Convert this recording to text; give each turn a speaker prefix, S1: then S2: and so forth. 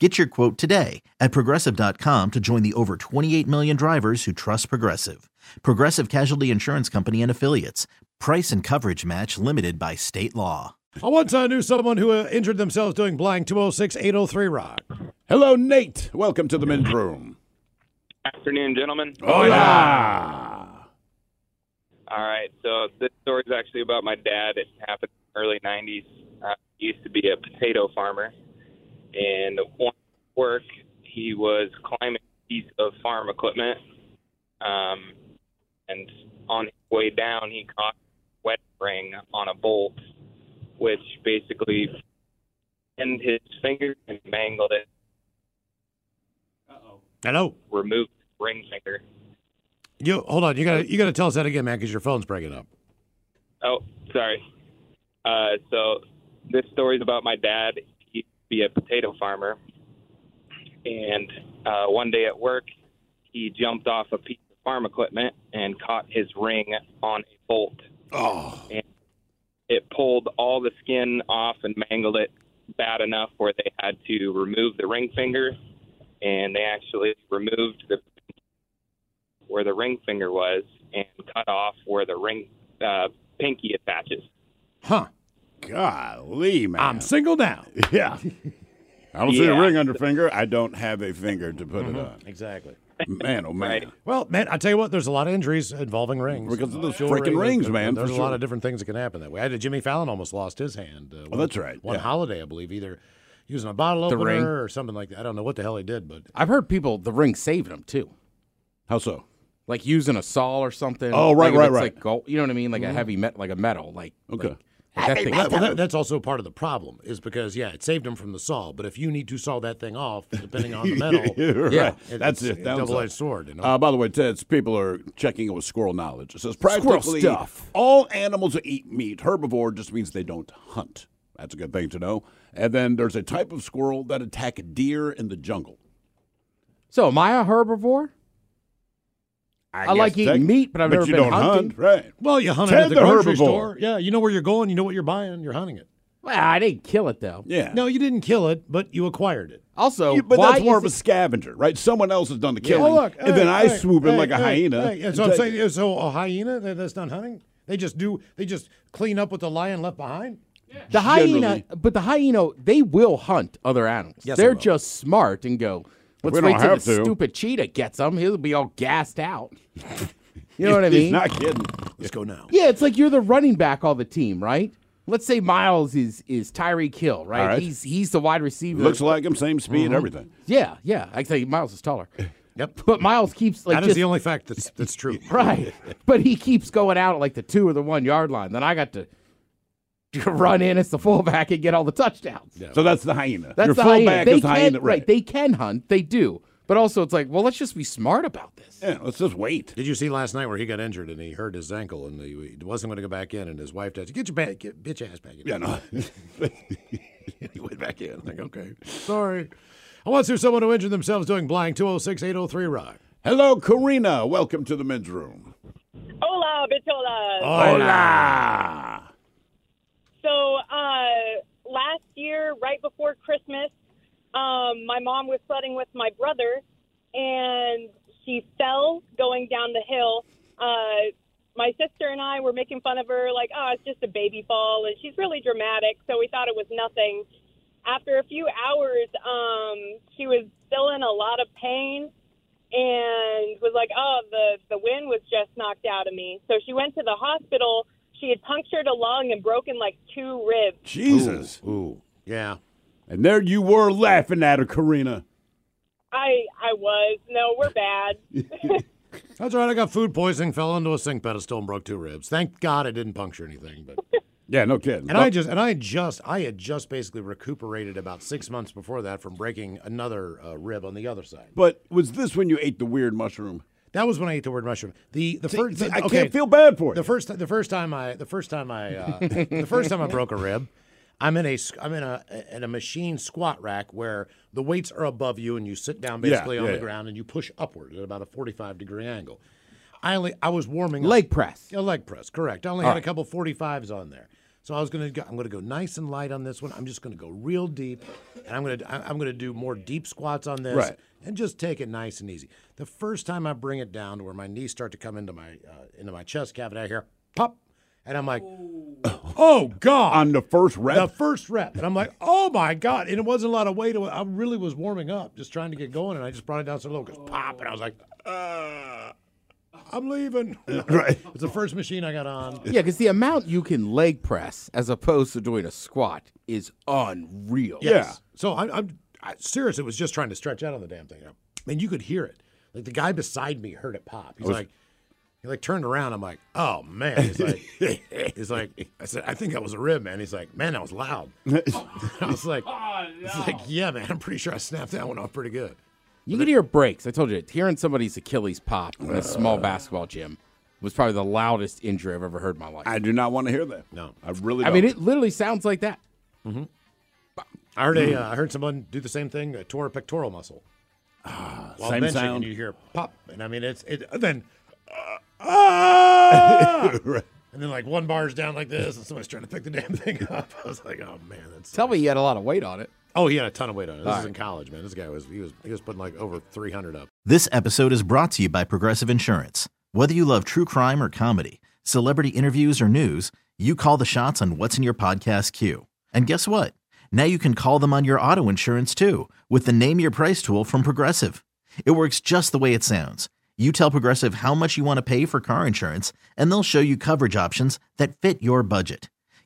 S1: Get your quote today at progressive.com to join the over 28 million drivers who trust Progressive. Progressive Casualty Insurance Company and Affiliates. Price and coverage match limited by state law.
S2: I once I knew someone who uh, injured themselves doing oh blank 206 803 rock.
S3: Hello, Nate. Welcome to the men's room.
S4: Afternoon, gentlemen.
S2: Oh.
S3: Hola.
S4: All right, so this story is actually about my dad. It happened in the early 90s. Uh, he used to be a potato farmer, and one work, he was climbing a piece of farm equipment, um, and on his way down, he caught a wet ring on a bolt, which basically pinned his finger and mangled it,
S2: Hello.
S4: removed the ring finger.
S2: You hold on. You gotta you gotta tell us that again, man, because your phone's breaking up.
S4: Oh, sorry. Uh, so this story's about my dad. He used to be a potato farmer, and uh, one day at work, he jumped off a piece of farm equipment and caught his ring on a bolt.
S3: Oh,
S4: It pulled all the skin off and mangled it bad enough where they had to remove the ring finger, and they actually removed the where the ring finger was and cut off where the ring uh, pinky attaches.
S2: Huh.
S3: golly, man.
S2: I'm single now.
S3: yeah. I don't see a
S4: Yeah.
S3: ring on your finger. I don't have a finger to put it
S2: Mm-hmm.
S3: on.
S2: Exactly.
S3: Man, oh, man.
S4: Right.
S2: Well, man, I tell you what, there's a lot of injuries involving rings.
S3: Because of those
S2: Jewelry,
S3: freaking rings,
S2: there-
S3: man,
S2: There's
S3: for
S2: a lot
S3: sure.
S2: of different things that can happen that way. I had Jimmy Fallon almost lost his hand. Uh, one-
S3: Oh, that's right,
S2: One
S3: yeah.
S2: holiday, I believe, either using a bottle
S5: The
S2: opener
S5: ring.
S2: or something like that. I don't know what the hell he did, but
S5: I've heard people the ring saved them too,
S3: How so?
S5: like using a saw or something.
S3: Oh, right,
S5: like if
S3: right,
S5: it's,
S3: right. Mm-hmm.
S5: Like gold, you know what I mean? Like a heavy metal, like a metal, like
S3: Okay.
S5: like- like that thing-
S2: Well, that- that's also part of the problem, is because yeah, it saved him from the saw. But if you need to saw that thing off, depending on the metal,
S3: yeah, right.
S5: Yeah,
S2: it-
S3: That's
S2: it's
S3: it.
S2: a
S3: That was
S2: double-edged
S3: it.
S2: sword. You know?
S3: Uh, by the way, Ted's people are checking it with squirrel knowledge. It says practically
S5: stuff.
S3: all animals that eat meat, herbivore, just means they don't hunt. That's a good thing to know. And then there's a type of squirrel that attack deer in the jungle.
S5: So am I a herbivore? I, like
S3: guess
S5: eating
S3: tech-
S5: meat, but I've never
S3: you
S5: been
S3: don't
S5: hunting.
S3: hunt, right?
S2: Well, you hunt it
S3: Ted
S2: at the,
S3: the
S2: grocery
S3: herbivore.
S2: store. Yeah, you know where you're going. You know what you're buying. You're hunting it.
S5: Well, I didn't kill it though.
S3: Yeah.
S2: No, you didn't kill it, but you acquired it.
S5: Also,
S3: Yeah, but
S5: why
S3: that's more
S5: is
S3: of a
S5: it-
S3: scavenger, right? Someone else has done the killing,
S2: Oh, look,
S3: and
S2: hey,
S3: then I
S2: hey,
S3: swoop in
S2: hey,
S3: like a
S2: hey,
S3: hyena.
S2: hey,
S3: and
S2: So I'm
S3: take it.
S2: saying, so a hyena that, that's not hunting. They just do. They just clean up what the lion left behind.
S5: the hyena.
S3: generally-
S5: But the hyena, they will hunt other animals.
S2: Yes, they
S5: They're
S2: will.
S5: just smart and go. Let's
S3: we
S5: wait
S3: don't
S5: till
S3: have
S5: the
S3: to."
S5: stupid cheetah gets him. He'll be all gassed out. You know what I mean?
S3: He's not kidding.
S2: Let's go now.
S5: Yeah, it's like you're the running back all the team, right? Let's say Miles is is Tyreek Hill, right?
S3: All right.
S5: He's he's the wide receiver.
S3: Looks like him, same speed,
S2: Mm-hmm.
S3: everything.
S5: yeah, yeah. I say Miles is taller,
S2: Yep.
S5: but Miles keeps like
S2: That is
S5: just,
S2: the only fact that's that's true.
S5: right. But he keeps going out at like the two or the one yard line. Then I got to run in as the fullback and get all the touchdowns.
S3: So that's the hyena.
S5: That's
S3: Your
S5: the
S3: fullback
S5: hyena. They
S3: is the
S5: can
S3: hyena,
S5: right. They can hunt. They do. But also, it's like, well, let's just be smart about this.
S3: yeah, let's just wait.
S2: Did you see last night where he got injured and he hurt his ankle and he wasn't going to go back in and his wife said, "Get your back, get, get your ass back in."
S3: Yeah, no. he went back in. Like, okay.
S2: Sorry. I once knew someone who injured themselves doing oh blank. 206-803 rock.
S3: Hello, Karina. Welcome to the men's room.
S6: Hola, bitola.
S2: Oh.
S3: Hola.
S6: So uh, last year, right before Christmas, um, my mom was sledding with my brother, and she fell going down the hill. Uh, my sister and I were making fun of her, like, "Oh, it's just a baby fall," and she's really dramatic, so we thought it was nothing. after a few hours, um, she was still in a lot of pain and was like, "Oh, the the wind was just knocked out of me." So she went to the hospital. She had punctured a lung and broken like two ribs.
S3: Jesus.
S2: Ooh, yeah.
S3: And there you were laughing at her, Karina.
S6: I I was no, we're bad.
S2: That's right. I got food poisoning, fell into a sink pedestal, and broke two ribs. Thank God I didn't puncture anything. But
S3: Yeah, no kidding.
S2: and I just and I just I had just basically recuperated about six months before that from breaking another uh, rib on the other side.
S3: but was this when you ate the weird mushroom?
S2: That was when I ate the word mushroom. The the first
S3: I
S2: okay,
S3: can't feel bad for you.
S2: The first the first time I the first time I uh, the first time I broke a rib, I'm in a s- I'm in a in a machine squat rack where the weights are above you and you sit down
S3: Yeah,
S2: basically on
S3: yeah,
S2: the
S3: yeah.
S2: ground and you push upward at about a 45 degree angle. I only I was warming up.
S5: Leg press.
S2: A leg press, correct. I only had a couple 45s on there. So I was gonna go, I'm gonna go nice and light on this one. I'm just gonna go real deep, and I'm gonna I- I'm gonna do more deep squats on this,
S3: Right.
S2: and just take it nice and easy. The first time I bring it down to where my knees start to come into my uh, into my chest cavity, I hear pop, and I'm like, oh god,
S3: On the first
S2: the
S3: rep?
S2: first rep, and I'm like, oh my god, and it wasn't a lot of weight. I really was warming up, just trying to get going, and I just brought it down so low, because pop, and I was like, uh, I'm leaving.
S3: right.
S2: It's the first machine I got on.
S5: Yeah, because the amount you can leg press as opposed to doing a squat is unreal.
S2: Yes. So I'm, I'm I, serious. It was just trying to stretch out on the damn thing, and you could hear it. Like the guy beside me heard it pop. He's like, he like turned around. I'm like, oh man. He's like, he's like, I said, I think that was a rib, man. He's like, man, that was loud. I was like, it's like, yeah, man. I'm pretty sure I snapped that one off pretty good.
S5: You could hear breaks. I told you, hearing somebody's Achilles pop in a small basketball gym was probably the loudest injury I've ever heard in my life. I,
S3: I do not want to hear that.
S2: No.
S3: I really
S5: mean,
S3: don't.
S5: it literally sounds like that.
S2: I heard a, uh, I heard someone do the same thing. Uh, tore a pectoral muscle. While
S3: same
S2: benching,
S3: sound.
S2: And you hear pop, and I mean it's it. And then, uh, ah! and then like one bar's down like this, and somebody's trying to pick the damn thing up. I was like, oh man, that's.
S5: Tell me you had a lot of weight on it.
S2: Oh, he had a ton of weight on it. This
S5: All
S2: is
S5: right.
S2: in college, man. This guy was he was he was putting like over three hundred up.
S1: This episode is brought to you by Progressive Insurance. Whether you love true crime or comedy, celebrity interviews or news, you call the shots on what's in your podcast queue. And guess what? Now you can call them on your auto insurance too with the Name Your Price tool from Progressive. It works just the way it sounds. You tell Progressive how much you want to pay for car insurance, and they'll show you coverage options that fit your budget.